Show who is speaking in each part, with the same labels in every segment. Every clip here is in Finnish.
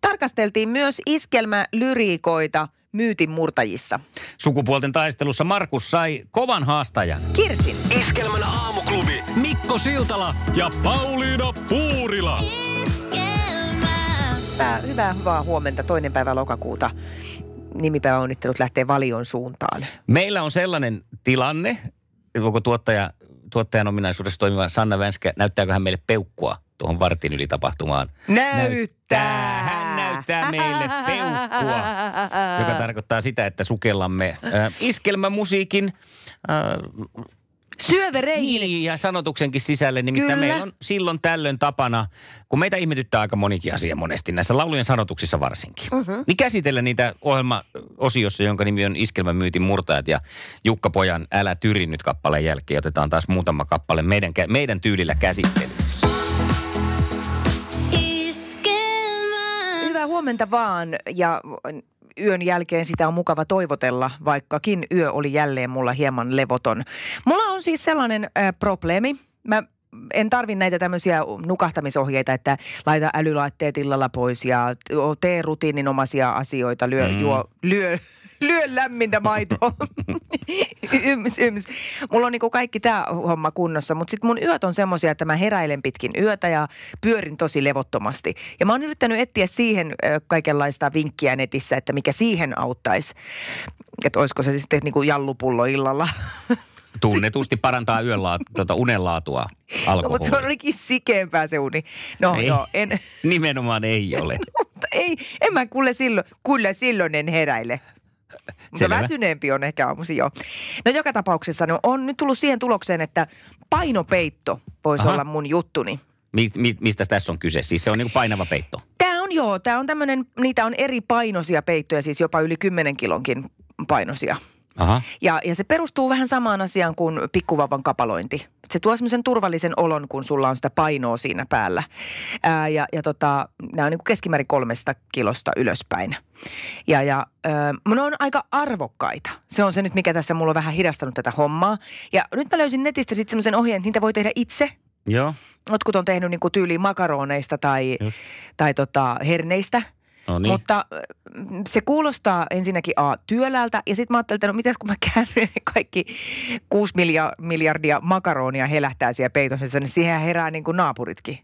Speaker 1: Tarkasteltiin myös iskelmälyriikoita myytin murtajissa.
Speaker 2: Sukupuolten taistelussa Markus sai kovan haastajan.
Speaker 1: Kirsin,
Speaker 3: Iskelmän aamuklubi Mikko Siltala ja Pauliina Puurila.
Speaker 1: hyvää, hyvää, hyvää huomenta. Toinen päivä lokakuuta nimipäiväonnittelut lähtee valion suuntaan.
Speaker 2: Meillä on sellainen tilanne, onko tuottaja, tuottajan ominaisuudessa toimiva Sanna Vänskä, näyttääkö hän meille peukkua tuohon vartin yli tapahtumaan? Näyttää. Hän näyttää meille peukkua, joka tarkoittaa sitä, että sukellamme äh, iskelmämusiikin äh,
Speaker 1: Syövereihin
Speaker 2: Niin, ja sanotuksenkin sisälle, nimittäin
Speaker 1: Kyllä.
Speaker 2: meillä on silloin tällöin tapana, kun meitä ihmetyttää aika monikin asia monesti, näissä laulujen sanotuksissa varsinkin, mm-hmm. niin käsitellä niitä ohjelmaosiossa, jonka nimi on Iskelmämyytin murtajat ja Jukka Pojan Älä tyri nyt kappaleen jälkeen. Otetaan taas muutama kappale meidän, kä- meidän tyylillä käsittely.
Speaker 4: Iskelmää.
Speaker 1: Hyvää huomenta vaan ja yön jälkeen sitä on mukava toivotella, vaikkakin yö oli jälleen mulla hieman levoton. Mulla on siis sellainen äh, probleemi. Mä en tarvi näitä tämmöisiä nukahtamisohjeita, että laita älylaitteet illalla pois ja tee rutiininomaisia asioita, lyö, mm. juo, lyö, lyö lämmintä maitoa. yms, yms. Mulla on niinku kaikki tämä homma kunnossa, mutta sitten mun yöt on semmoisia, että mä heräilen pitkin yötä ja pyörin tosi levottomasti. Ja mä oon yrittänyt etsiä siihen ö, kaikenlaista vinkkiä netissä, että mikä siihen auttaisi. Että olisiko se sitten niinku jallupullo illalla.
Speaker 2: Tunnetusti parantaa yön laat, tuota, unenlaatua
Speaker 1: No,
Speaker 2: alkoholi.
Speaker 1: mutta se olikin sikeämpää se uni. No
Speaker 2: Ei.
Speaker 1: ei. joo, en,
Speaker 2: Nimenomaan ei ole.
Speaker 1: mutta ei, en mä kuule silloin, kyllä silloin en heräile. Mutta
Speaker 2: Selvä.
Speaker 1: väsyneempi on ehkä aamusi, joo. No joka tapauksessa no, on nyt tullut siihen tulokseen, että painopeitto voisi
Speaker 2: Aha.
Speaker 1: olla mun juttuni.
Speaker 2: Mi- mi- mistä tässä on kyse? Siis se on niin painava peitto.
Speaker 1: Tämä on joo, tämä on tämmöinen, niitä on eri painoisia peittoja, siis jopa yli 10 kilonkin painosia.
Speaker 2: Aha.
Speaker 1: Ja, ja se perustuu vähän samaan asiaan kuin pikkuvauvan kapalointi. Se tuo semmoisen turvallisen olon, kun sulla on sitä painoa siinä päällä. Ää, ja ja tota, nämä on niin keskimäärin kolmesta kilosta ylöspäin. Ja, ja ää, ne on aika arvokkaita. Se on se nyt, mikä tässä mulla on vähän hidastanut tätä hommaa. Ja nyt mä löysin netistä sitten semmoisen ohjeen, että niitä voi tehdä itse.
Speaker 2: Joo.
Speaker 1: Jotkut on tehnyt niin tyyliin makaroneista tai,
Speaker 2: Just.
Speaker 1: tai tota, herneistä –
Speaker 2: No
Speaker 1: niin.
Speaker 2: niin.
Speaker 1: Mutta mm, se kuulostaa ensinnäkin A, työläältä ja sitten mä ajattelin, että no mitäs kun mä käännyn ne kaikki 6 milja- miljardia makaronia helähtää siellä peitossa, niin siihen herää niin kuin naapuritkin.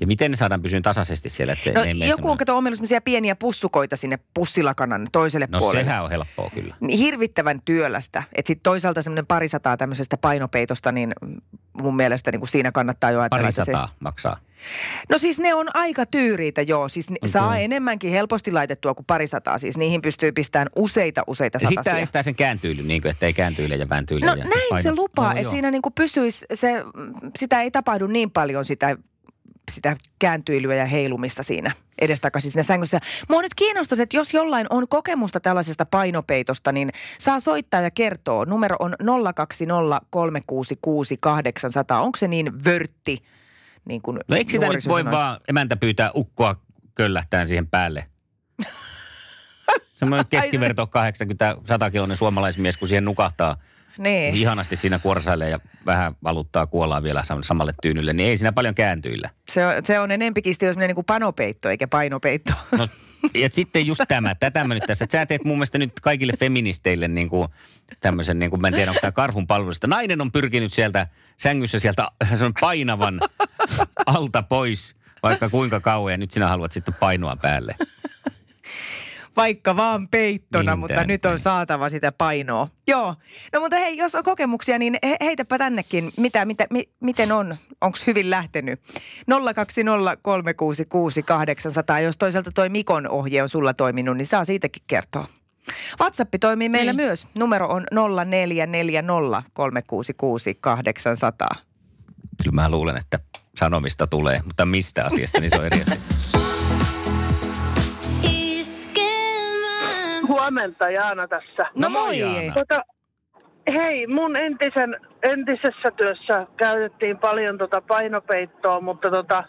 Speaker 2: Ja miten ne saadaan pysyä tasaisesti siellä, että se
Speaker 1: No
Speaker 2: ei mene
Speaker 1: joku
Speaker 2: semmoinen-
Speaker 1: on kato omilla semmoisia pieniä pussukoita sinne pussilakanan toiselle
Speaker 2: No
Speaker 1: puolelle.
Speaker 2: sehän on helppoa kyllä.
Speaker 1: Niin Hirvittävän työlästä. Että sitten toisaalta semmoinen parisataa tämmöisestä painopeitosta, niin mm, mun mielestä niin kuin siinä kannattaa jo ajatella,
Speaker 2: Pari
Speaker 1: että se
Speaker 2: sataa maksaa.
Speaker 1: No siis ne on aika tyyriitä, joo. Siis ne
Speaker 2: On
Speaker 1: saa
Speaker 2: kyllä.
Speaker 1: enemmänkin helposti laitettua kuin pari sataa. Siis niihin pystyy pistämään useita, useita
Speaker 2: Ja sitten tämä
Speaker 1: satasia.
Speaker 2: estää sen kääntyilyn, niin kuin, että ei kääntyile ja vääntyile.
Speaker 1: No
Speaker 2: ja
Speaker 1: näin se
Speaker 2: paino-
Speaker 1: lupaa,
Speaker 2: Joo,
Speaker 1: että
Speaker 2: joo.
Speaker 1: siinä niinku pysyisi, se, sitä ei tapahdu niin paljon sitä sitä kääntyilyä ja heilumista siinä edestakaisin siinä sängyssä. Mua nyt kiinnostaisi, että jos jollain on kokemusta tällaisesta painopeitosta, niin saa soittaa ja kertoa. Numero on 020366800. Onko se niin vörtti? Niin kuin
Speaker 2: No eikö sitä nyt
Speaker 1: nuoriso
Speaker 2: voi
Speaker 1: sanoisi?
Speaker 2: vaan emäntä pyytää ukkoa köllähtään siihen päälle? Semmoinen keskiverto 80-100 kiloinen suomalaismies, kun siihen nukahtaa.
Speaker 1: Niin.
Speaker 2: Niin ihanasti siinä kuorsailee ja vähän valuttaa kuollaan vielä sam- samalle tyynylle, niin ei siinä paljon kääntyillä.
Speaker 1: Se on, se on enempikin sitten semmoinen niin panopeitto eikä painopeitto.
Speaker 2: No, ja sitten just tämä, tätä mä nyt tässä, että sä teet mun mielestä nyt kaikille feministeille niin kuin tämmöisen, niin kuin, mä en tiedä onko tämä karhun palvelusta. Nainen on pyrkinyt sieltä sängyssä sieltä sen painavan alta pois, vaikka kuinka kauan, ja nyt sinä haluat sitten painoa päälle.
Speaker 1: Vaikka vaan peittona,
Speaker 2: Niin,
Speaker 1: niin, mutta
Speaker 2: tää nyt
Speaker 1: nyt on
Speaker 2: meni.
Speaker 1: saatava sitä painoa. Joo. No mutta hei, jos on kokemuksia, niin he, heitäpä tännekin. Mitä, mitä, mi, miten on? Onko hyvin lähtenyt? 020366800. Jos toisaalta toi Mikon ohje on sulla toiminut, niin saa siitäkin kertoa. WhatsApp toimii meillä niin. myös. Numero on 0440366800.
Speaker 2: Kyllä mä luulen, että sanomista tulee, mutta mistä asiasta, niin se on eri asia.
Speaker 4: Huomenta Jaana tässä.
Speaker 1: No,
Speaker 2: No
Speaker 1: moi!
Speaker 2: moi, Jaana.
Speaker 4: Tota, hei, mun entisen, entisessä työssä käytettiin paljon tota painopeittoa, mutta tota,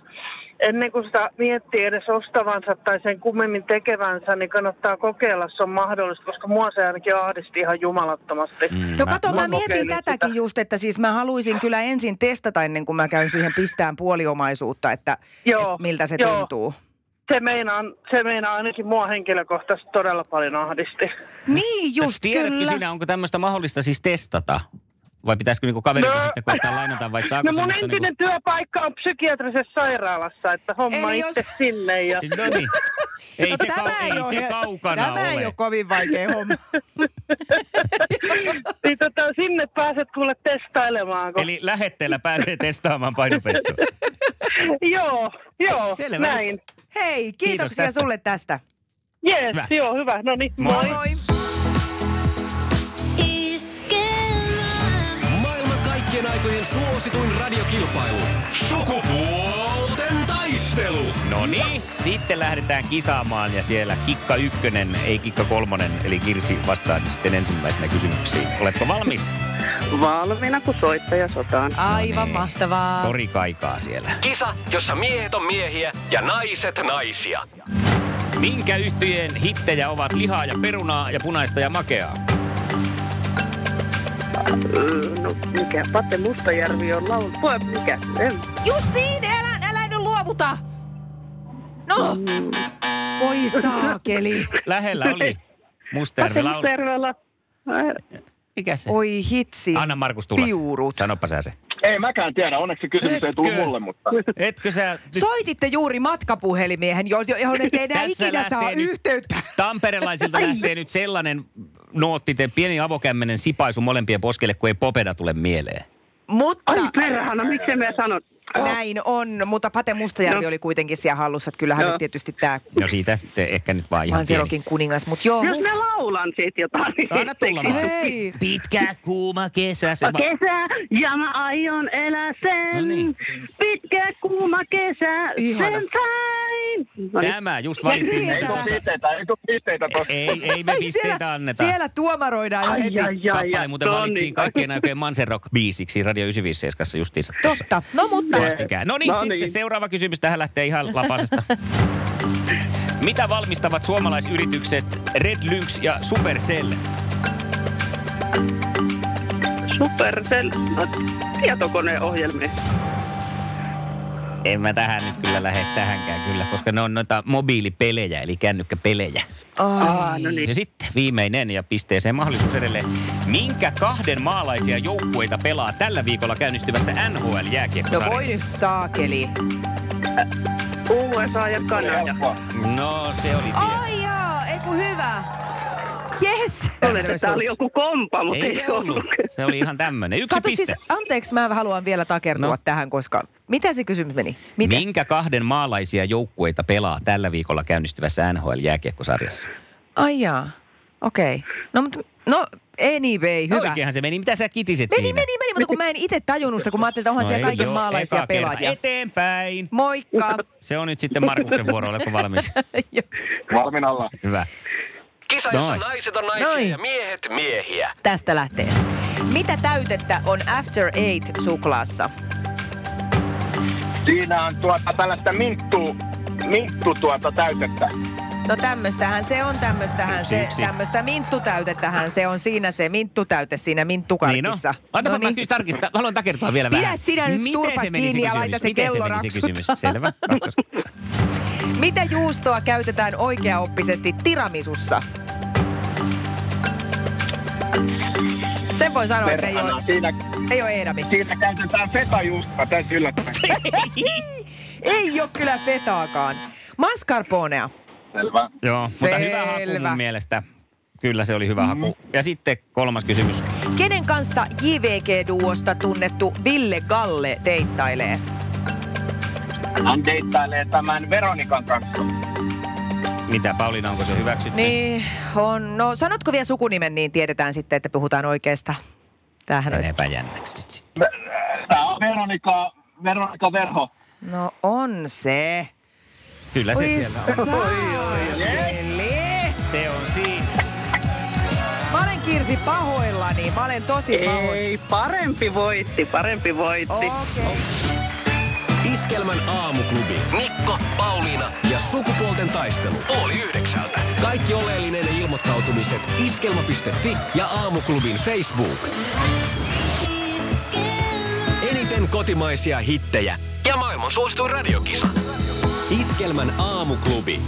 Speaker 4: ennen kuin sitä miettii edes ostavansa tai sen kummemmin tekevänsä, niin kannattaa kokeilla, se on mahdollista, koska mua se ainakin ahdisti ihan jumalattomasti.
Speaker 2: Mm,
Speaker 1: No
Speaker 2: mä-
Speaker 1: kato, mä,
Speaker 4: mä
Speaker 1: mietin
Speaker 4: kokeilin
Speaker 1: tätäkin
Speaker 4: sitä.
Speaker 1: just, että siis mä haluaisin kyllä ensin testata ennen kuin mä käyn siihen pistään puoliomaisuutta, että,
Speaker 4: Joo,
Speaker 1: että miltä se
Speaker 4: joo.
Speaker 1: tuntuu.
Speaker 4: Se meinaa, se meinaa ainakin mua henkilökohtaisesti todella paljon ahdisti.
Speaker 1: Niin just,
Speaker 2: Tiedätkö
Speaker 1: kyllä.
Speaker 2: siinä, onko tämmöistä mahdollista siis testata? Vai pitäisikö niinku kaverilta
Speaker 4: No.
Speaker 2: sitten koittaa lainata vai saako
Speaker 4: No mun
Speaker 2: semmoista
Speaker 4: entinen työpaikka on psykiatrisessa sairaalassa, että homma
Speaker 1: niinku- Eli jos-
Speaker 4: itse sinne ja...
Speaker 2: niinku... No niin. Ei se,
Speaker 1: tämä
Speaker 2: kau-
Speaker 1: ole-
Speaker 2: ei se kaukana
Speaker 1: Tämä
Speaker 2: ole.
Speaker 1: ei ole kovin vaikea homma.
Speaker 4: niin tota, sinne pääset kuule testailemaan. Kun... Eli...
Speaker 2: No. Eli lähetteellä pääsee testaamaan painopeittoa.
Speaker 4: Joo,
Speaker 2: Selvä.
Speaker 4: joo, Selvä. näin.
Speaker 1: Hei, kiitoksia
Speaker 2: tästä.
Speaker 1: sulle tästä.
Speaker 4: Jees,
Speaker 2: Hyvä.
Speaker 4: joo, hyvä. No niin,
Speaker 2: Moi.
Speaker 4: moi.
Speaker 1: Moi.
Speaker 5: Iskelmä.
Speaker 3: Maailman kaikkien aikojen suosituin radiokilpailu. Sukupuolten taistelu.
Speaker 2: No niin, sitten lähdetään kisaamaan ja siellä Kikka ykkönen, ei Kikka kolmonen, eli Kirsi vastaa sitten ensimmäisenä kysymyksiin. Oletko valmis?
Speaker 4: Valmiina kun soittaja sotaan.
Speaker 2: No
Speaker 1: Aivan
Speaker 2: niin.
Speaker 1: mahtavaa.
Speaker 2: Tori kaikaa siellä.
Speaker 3: Kisa, jossa miehet on miehiä ja naiset naisia.
Speaker 2: Minkä yhtyjen hittejä ovat lihaa ja perunaa ja punaista ja makeaa?
Speaker 4: No mikä, Pate Mustajärvi on laulu. Voi mikä, en.
Speaker 1: Justiin, älä, älä niin, nyt luovuta! No! Voi saakeli.
Speaker 2: Lähellä oli. Mustervi
Speaker 4: Pate
Speaker 2: laulu.
Speaker 4: Mustajärvellä.
Speaker 2: Mikä se?
Speaker 1: Oi hitsi.
Speaker 2: Anna Markus tulla.
Speaker 1: Piurut.
Speaker 2: Sanoppa sä se.
Speaker 6: Ei mäkään tiedä, onneksi kysymys ei tullut
Speaker 2: Etkö?
Speaker 6: mulle, mutta...
Speaker 2: Etkö sä... nyt-
Speaker 1: Soititte juuri matkapuhelimiehen, jo- jo- johon ette enää
Speaker 2: Tässä
Speaker 1: ikinä saa
Speaker 2: lähtee nyt-
Speaker 1: yhteyttä.
Speaker 2: Tamperelaisilta lähtee nyt sellainen nootti, te pieni avokämmenen sipaisu molempien poskelle, kun ei popeda tule mieleen.
Speaker 1: Mutta
Speaker 4: Ai perhana, miksi me sanot?
Speaker 1: näin on. Mutta Pate Mustajärvi
Speaker 4: No.
Speaker 1: oli kuitenkin siellä hallussa. Että kyllähän
Speaker 4: Joo.
Speaker 1: nyt tietysti tämä
Speaker 2: No siitä sitten ehkä nyt vaan ihan pieni.
Speaker 1: Manserokin kuningas. Mutta joo,
Speaker 4: Jos mä laulan siitä jotain. niin
Speaker 2: Anna tulla vaan.
Speaker 1: Hei.
Speaker 2: Pitkä kuuma kesä. Se va-
Speaker 4: Kesä, ja mä aion elää sen.
Speaker 2: No niin.
Speaker 4: Pitkä kuuma kesä,
Speaker 1: Ihana.
Speaker 4: sen sain. No niin.
Speaker 2: Tämä just
Speaker 1: Ja
Speaker 2: valittiin.
Speaker 1: siitä-
Speaker 6: Ei tuu pisteitä, ei tuu pisteitä tossa.
Speaker 2: Ei, ei me
Speaker 1: Ai,
Speaker 2: pisteitä anneta.
Speaker 1: siellä tuomaroidaan jo
Speaker 4: Ai,
Speaker 1: heti.
Speaker 4: ai, ai,
Speaker 2: Kappale
Speaker 4: ai, No
Speaker 2: muuten
Speaker 4: niin.
Speaker 2: valittiin kaikkien aikojen Manserock-biisiksi Radio 957 justiinsa tuossa.
Speaker 1: Totta. No mutta,
Speaker 2: Vastikään. No niin,
Speaker 6: No
Speaker 2: sitten
Speaker 6: niin.
Speaker 2: seuraava kysymys. Tähän lähtee ihan lapasesta. Mitä valmistavat suomalaisyritykset Red Lynx ja Supercell?
Speaker 4: Supercell, no, tietokoneohjelmia.
Speaker 2: En mä tähän nyt kyllä lähde tähänkään kyllä, koska ne on noita mobiilipelejä, eli kännykkäpelejä.
Speaker 4: Ah, no niin.
Speaker 2: Ja sitten viimeinen ja pisteeseen mahdollisuus edelleen. Minkä kahden maalaisia joukkueita pelaa tällä viikolla käynnistyvässä
Speaker 1: no
Speaker 2: NHL-jääkiekkosarjassa?
Speaker 1: voi nyt saakeli.
Speaker 4: USA ja
Speaker 6: Oli
Speaker 4: Kanada.
Speaker 6: helppoa.
Speaker 2: No se oli vielä.
Speaker 1: Ai jaa, ei kun hyvä. Jes.
Speaker 4: Olen, että tää oli joku kompa, mutta
Speaker 2: Ei se ollut. Se oli ihan tämmöinen. Yksi
Speaker 1: Kato
Speaker 2: piste.
Speaker 1: siis, anteeksi, mä haluan vielä takertua
Speaker 2: No. Niin.
Speaker 1: no. tähän, koska mitä se kysymys meni? Miten?
Speaker 2: Minkä kahden maalaisia joukkueita pelaa tällä viikolla käynnistyvässä NHL-jääkiekkosarjassa?
Speaker 1: Ai jaa, okei. Okay. No, mutta, no anyway, hyvä.
Speaker 2: No Oikeinhan se meni. Mitä sä kitisit
Speaker 1: Meni,
Speaker 2: siinä? No
Speaker 1: meni, meni, mutta kun mä en itse tajunnut sitä, kun mä ajattelin, että onhan
Speaker 2: ei
Speaker 1: siellä kaiken
Speaker 2: joo,
Speaker 1: maalaisia
Speaker 2: eka kerta.
Speaker 1: pelaajia.
Speaker 2: Eteenpäin.
Speaker 1: Moikka.
Speaker 2: Se on nyt sitten Markuksen vuoro. Oletko valmis?
Speaker 1: Joo.
Speaker 6: Valmiina ollaan.
Speaker 2: Hyvä.
Speaker 3: Kisa,
Speaker 2: jossa Noin.
Speaker 3: naiset on
Speaker 1: naisia Noin. ja
Speaker 3: miehet miehiä.
Speaker 1: Tästä lähtee. Mitä täytettä on After Eight suklaassa?
Speaker 6: Siinä on tuota tällaista minttu, minttu tuota täytettä.
Speaker 1: No tämmöstähän se on, tämmöstähän
Speaker 2: Yksi,
Speaker 1: se,
Speaker 2: yksi.
Speaker 1: tämmöstä minttutäytettähän se on siinä se minttutäyte siinä
Speaker 2: Niin on.
Speaker 1: minttukarkissa. No
Speaker 2: Antapa mä kyllä tarkistaa. Haluan takertua vielä
Speaker 1: Pidä
Speaker 2: vähän.
Speaker 1: sinä nyt
Speaker 2: Miten
Speaker 1: turpas
Speaker 2: se meni
Speaker 1: kiinni ja
Speaker 2: kysymys?
Speaker 1: laita se
Speaker 2: Miten
Speaker 1: kello
Speaker 2: se meni se kysymys?
Speaker 1: raksuttaa.
Speaker 2: Selvä. Kakkos.
Speaker 1: Mitä juustoa käytetään oikeaoppisesti tiramisussa? Sen voi sanoa, että ei
Speaker 6: Perhana,
Speaker 1: ole,
Speaker 6: siinä,
Speaker 1: ei ole Eedami.
Speaker 6: siinä käytetään fetajuustoa tässä yllättäen.
Speaker 1: Ei ole kyllä fetaakaan. Mascarponea.
Speaker 6: Selvä.
Speaker 2: Joo, mutta hyvä haku
Speaker 1: Selvä. Mm-hmm.
Speaker 2: mun mielestä. Kyllä se oli hyvä haku. Ja sitten kolmas kysymys.
Speaker 1: Kenen kanssa JVG-duosta tunnettu Ville Galle deittailee?
Speaker 6: Hän deittailee tämän Veronikan kanssa.
Speaker 2: Mitä Pauliina, onko se hyväksytty?
Speaker 1: Niin, on. No sanotko vielä sukunimen, niin tiedetään sitten, että puhutaan oikeasta. Tämähän olisi.
Speaker 2: Meneepä jännäksi nyt sitten.
Speaker 6: Tää on Veronika, Veronika Verho.
Speaker 1: No on se.
Speaker 2: Kyllä se
Speaker 1: Oi
Speaker 2: siellä on.
Speaker 1: saakeli.
Speaker 2: Se on siinä.
Speaker 1: Kirsi pahoillani. Mä olen tosi pahoillani.
Speaker 5: Ei, parempi voitti, parempi voitti.
Speaker 1: Okei.
Speaker 3: Iskelmän aamuklubi. Mikko, Pauliina ja sukupuolten taistelu. Oli yhdeksältä. Kaikki oleellinen ilmoittautumiset iskelma.fi ja aamuklubin Facebook. Eniten kotimaisia hittejä ja maailman suosituin radiokisa. Iskelmän aamuklubi.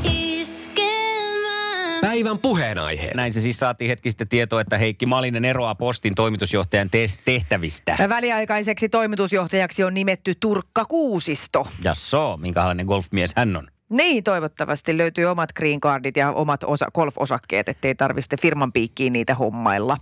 Speaker 3: Päivän puheenaiheet.
Speaker 2: Näin se siis saatiin hetki sitten tietoa, että Heikki Malinen eroaa postin toimitusjohtajan tes- tehtävistä.
Speaker 1: Väliaikaiseksi toimitusjohtajaksi on nimetty Turkka Kuusisto.
Speaker 2: Ja so, minkälainen golfmies hän on.
Speaker 1: Niin, toivottavasti löytyy omat green cardit ja omat osa, golf-osakkeet, ettei tarvitse firman piikkiin niitä hommailla.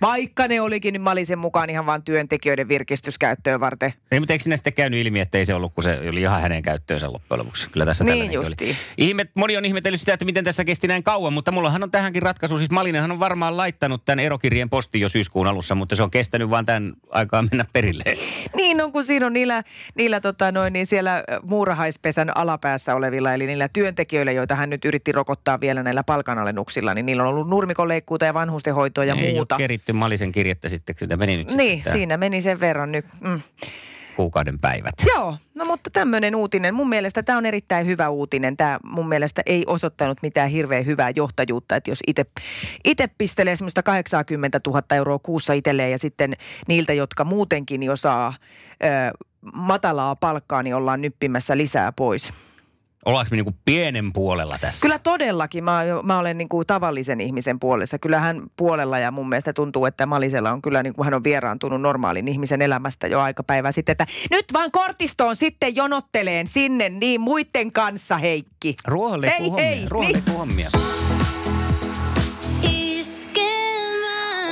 Speaker 1: Vaikka ne olikin niin nyt Malisen mukaan ihan vain työntekijöiden virkistyskäyttöön varten.
Speaker 2: Ei, mutta eikö sinä sitten käynyt ilmi, että ei se ollut, kun se oli ihan hänen käyttöönsä loppujen lopuksi. Kyllä tässä
Speaker 1: Niin
Speaker 2: tällainenkin
Speaker 1: justiin.
Speaker 2: oli. Ihmet, moni on ihmetellyt sitä, että miten tässä kesti näin kauan, mutta mullahan on tähänkin ratkaisu. Siis Malinenhan on varmaan laittanut tämän erokirjeen postiin jo syyskuun alussa, mutta se on kestänyt vaan tämän aikaa mennä perille.
Speaker 1: Niin on, kun siinä on niillä, niillä tota noin, niin siellä ö, muurahaispesän alapäässä olevilla, eli niillä työntekijöillä, joita hän nyt yritti rokottaa vielä näillä palkanalennuksilla, niin niillä on ollut nurmikoleikkuuta ja vanhustenhoitoa ja
Speaker 2: Ei ole
Speaker 1: muuta.
Speaker 2: keritty Malisen kirjettä sitten, kun se meni nyt
Speaker 1: Niin,
Speaker 2: sitten tää
Speaker 1: siinä meni sen verran nyt. Mm.
Speaker 2: kuukauden päivät.
Speaker 1: Joo, no mutta tämmöinen uutinen. Mun mielestä tämä on erittäin hyvä uutinen. Tämä mun mielestä ei osoittanut mitään hirveän hyvää johtajuutta, että jos itse pistelee semmoista 80 000 euroa kuussa itselleen ja sitten niiltä, jotka muutenkin jo saa ö, matalaa palkkaa, niin ollaan nyppimässä lisää pois.
Speaker 2: Ollaanko me niinku pienen puolella tässä?
Speaker 1: Kyllä todellakin. Mä, mä olen niin kuin tavallisen ihmisen puolessa. Kyllähän puolella ja mun mielestä tuntuu, että Malisella on kyllä niin kuin hän on vieraantunut normaalin ihmisen elämästä jo aika päivää sitten. Että nyt vaan kortistoon sitten jonotteleen sinne niin muiden kanssa, Heikki. Hei,
Speaker 2: Ruohonleikku
Speaker 1: hei,
Speaker 2: hommia. Ruohonleikku hommia.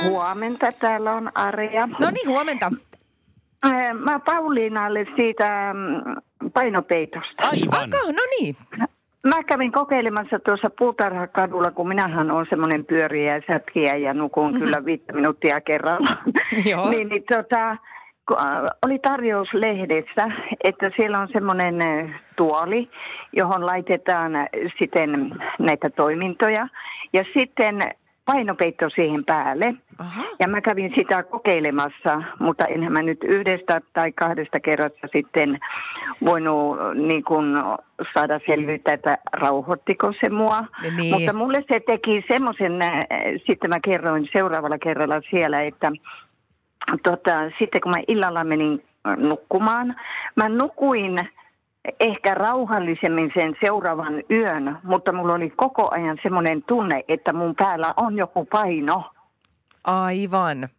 Speaker 7: Huomenta, täällä on Arja.
Speaker 1: No niin, huomenta.
Speaker 7: Ää, Mä Pauliinalle siitä mm, painopeitosta.
Speaker 2: Aivan.
Speaker 1: Aka, no niin.
Speaker 7: Mä kävin kokeilemassa tuossa Puutarhakadulla, kun minähän on semmoinen pyöriä ja sätkiä ja nukun
Speaker 1: Mm-hmm.
Speaker 7: kyllä viittä minuuttia kerrallaan.
Speaker 1: Joo.
Speaker 7: niin, niin tota, ku- äh, oli tarjous lehdessä, että siellä on semmoinen äh, tuoli, johon laitetaan äh, sitten näitä toimintoja ja sitten painopeitto siihen päälle.
Speaker 1: Aha.
Speaker 7: Ja mä kävin sitä kokeilemassa, mutta enhän mä nyt yhdestä tai kahdesta kerrasta sitten voinut äh, niin kun, saada selvyyttä, että rauhoittiko se mua.
Speaker 1: Niin.
Speaker 7: Mutta mulle se teki semmoisen, äh, sitten mä kerroin seuraavalla kerralla siellä, että tota, sitten kun mä illalla menin äh, nukkumaan, mä nukuin ehkä rauhallisemmin sen seuraavan yön, mutta mulla oli koko ajan semmoinen tunne, että mun päällä on joku paino.
Speaker 1: Aivan.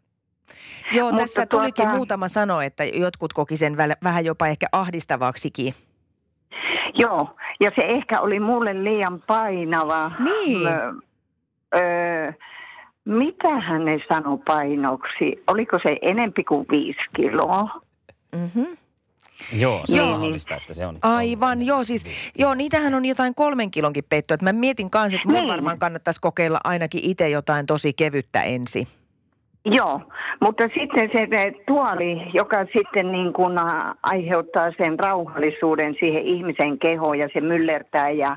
Speaker 1: Joo,
Speaker 7: Mutta
Speaker 1: tässä tulikin
Speaker 7: tuota-
Speaker 1: muutama sano, että jotkut koki sen väl- vähän jopa ehkä ahdistavaksikin.
Speaker 7: Joo, ja se ehkä oli mulle liian painava.
Speaker 1: Niin.
Speaker 7: Ö, ö, mitähän ne sanoi painoksi? Oliko se enempi kuin viisi kiloa?
Speaker 1: Mm-hmm.
Speaker 2: Joo, se on
Speaker 1: Joo.
Speaker 2: mahdollista, että se on.
Speaker 1: Aivan, joo siis, joo, niitähän on jotain kolmen kilonkin peittoa. Että mä mietin kanssa, että mun
Speaker 7: Niin.
Speaker 1: varmaan kannattaisi kokeilla ainakin itse jotain tosi kevyttä ensin.
Speaker 7: Joo, mutta sitten se se tuoli, joka sitten niin kuin ä, aiheuttaa sen rauhallisuuden siihen ihmisen kehoon ja se myllertää ja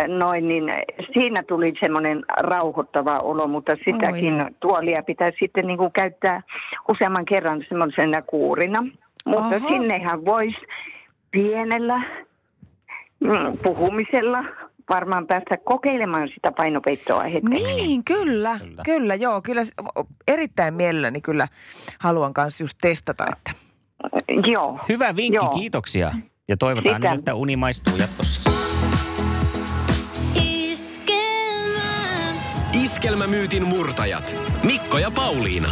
Speaker 7: ä, noin, niin ä, siinä tuli semmoinen rauhoittava olo, mutta sitäkin tuolia pitäisi sitten niin kuin käyttää useamman kerran semmoisena kuurina. Mutta
Speaker 1: Aha.
Speaker 7: Aha. sinnehän voisi pienellä mm, puhumisella varmaan päästä kokeilemaan sitä painopeittoa hetken.
Speaker 1: Niin, kyllä, kyllä,
Speaker 2: Kyllä.
Speaker 1: kyllä joo, kyllä s- o- erittäin mielelläni kyllä haluan kanssa just testata, että
Speaker 7: Joo.
Speaker 2: Hyvä vinkki,
Speaker 7: Joo.
Speaker 2: kiitoksia. Ja toivotaan
Speaker 7: Sitä.
Speaker 2: nyt, että uni maistuu jatkossa.
Speaker 3: Iskelmämyytin murtajat. Mikko ja Pauliina.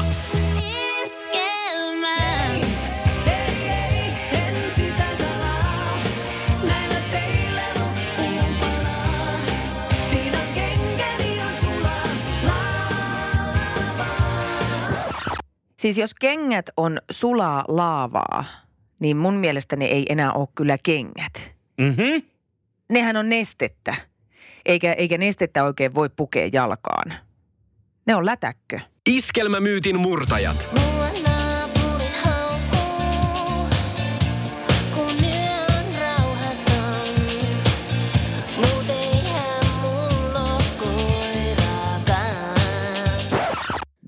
Speaker 1: Siis jos kengät on sulaa laavaa, niin mun mielestä ne ei enää ole kyllä kengät.
Speaker 2: Mm-hmm.
Speaker 1: Nehän on nestettä, eikä, eikä nestettä oikein voi pukea jalkaan. Ne on lätäkkö.
Speaker 3: Iskelmämyytin murtajat.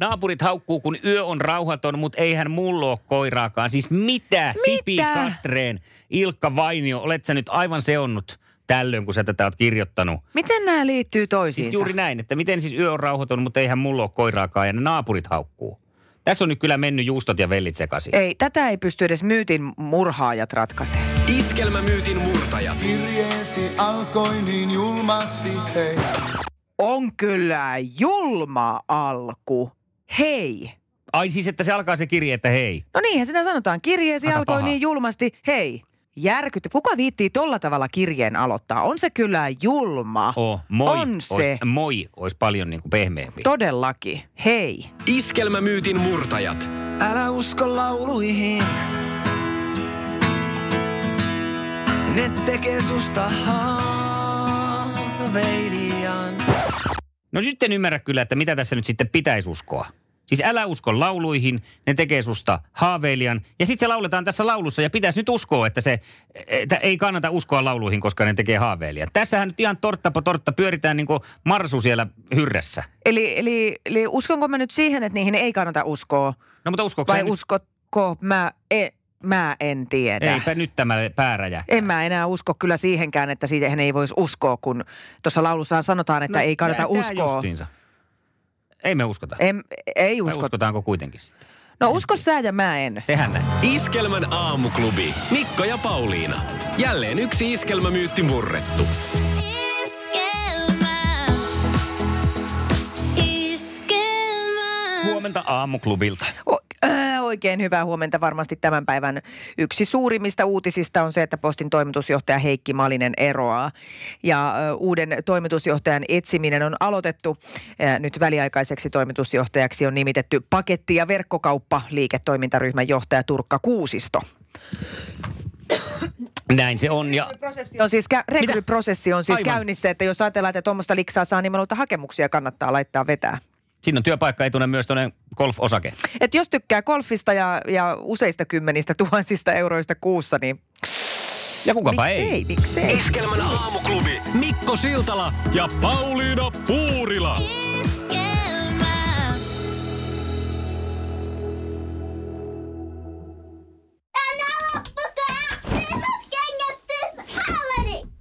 Speaker 2: naapurit haukkuu, kun yö on rauhaton, mutta eihän mulla ole koiraakaan. Siis mitä? Sipi Kastreen, Ilkka Vainio, olet sä nyt aivan seonnut tällöin, kun sä tätä oot kirjoittanut.
Speaker 1: Miten nämä liittyy toisiinsa?
Speaker 2: Siis juuri näin, että miten siis yö on rauhaton, mutta eihän mulla ole koiraakaan ja ne naapurit haukkuu. Tässä on nyt kyllä mennyt juustot ja vellit sekaisin.
Speaker 1: Ei, tätä ei pysty edes myytin murhaajat ratkaisemaan.
Speaker 3: Iskelmämyytin murtajat.
Speaker 8: Kirjeesi alkoi niin julmasti, hei.
Speaker 1: On kyllä julma alku. Hei.
Speaker 2: Ai siis, että se alkaa se kirje, että hei.
Speaker 1: No niinhän sinä sanotaan. Kirjeesi
Speaker 2: Aika
Speaker 1: alkoi
Speaker 2: paha.
Speaker 1: niin julmasti. Hei. Järkytty. Kuka viittii tolla tavalla kirjeen aloittaa? On se kyllä julma.
Speaker 2: Oh, moi.
Speaker 1: On se.
Speaker 2: Ois, moi olisi paljon niin kuin pehmeämpi.
Speaker 1: Todellakin. Hei.
Speaker 3: Iskelmämyytin murtajat.
Speaker 9: Älä usko lauluihin. Ne tekee susta haaveilijan.
Speaker 2: No nyt en ymmärrä kyllä, että mitä tässä nyt sitten pitäisi uskoa. Siis älä usko lauluihin, ne tekee susta haaveilijan. Ja sitten se lauletaan tässä laulussa ja pitäisi nyt uskoa, että se että ei kannata uskoa lauluihin, koska ne tekee haaveilijan. Tässähän nyt ihan tortta po tortta pyöritään niin kuin marsu siellä hyrrässä.
Speaker 1: Eli, eli, eli uskonko mä nyt siihen, että niihin ei kannata uskoa?
Speaker 2: No mutta uskoko
Speaker 1: Vai
Speaker 2: sä nyt?
Speaker 1: uskotko? Mä, e, mä en tiedä.
Speaker 2: Eipä nyt tämä pääräjä.
Speaker 1: En mä enää usko kyllä siihenkään, että siihen ei voisi uskoa, kun tuossa laulussaan sanotaan, että no, ei kannata
Speaker 2: tää- tää
Speaker 1: uskoa.
Speaker 2: justiinsa. Ei me uskota. Ei
Speaker 1: En, ei usko.
Speaker 2: uskotaanko kuitenkin sitten?
Speaker 1: No usko sä ja mä en.
Speaker 2: Tehän näin.
Speaker 3: Iskelmän aamuklubi. Mikko ja Pauliina. Jälleen yksi iskelmämyytti murrettu.
Speaker 10: Iskelmä. Iskelmä.
Speaker 2: Huomenta aamuklubilta.
Speaker 1: O, äh, oikein hyvää huomenta. Varmasti tämän päivän yksi suurimmista uutisista on se, että Postin toimitusjohtaja Heikki Malinen eroaa. Ja äh, uuden toimitusjohtajan etsiminen on aloitettu. Äh, nyt väliaikaiseksi toimitusjohtajaksi on nimitetty paketti- ja verkkokauppa-liiketoimintaryhmän johtaja Turkka Kuusisto.
Speaker 2: Näin se on ja
Speaker 1: Prosessi on siis, kä- rekryprosessi on siis
Speaker 2: Aivan.
Speaker 1: käynnissä, että jos ajatellaan, että tuommoista liksaa saa, niin mä luulen, että hakemuksia kannattaa laittaa vetää.
Speaker 2: siinä on työpaikka etuna myös tuonne golf-osake.
Speaker 1: Et jos tykkää golfista ja, ja useista kymmenistä tuhansista euroista kuussa, niin
Speaker 2: Ja kukapa
Speaker 1: miksei,
Speaker 2: ei.
Speaker 1: miksei.
Speaker 3: Iskelmän aamuklubi. Mikko Siltala ja Pauliina Puurila.
Speaker 10: Iskelmä. Tänä loppukaa! Tismat kengät, tismat halleni!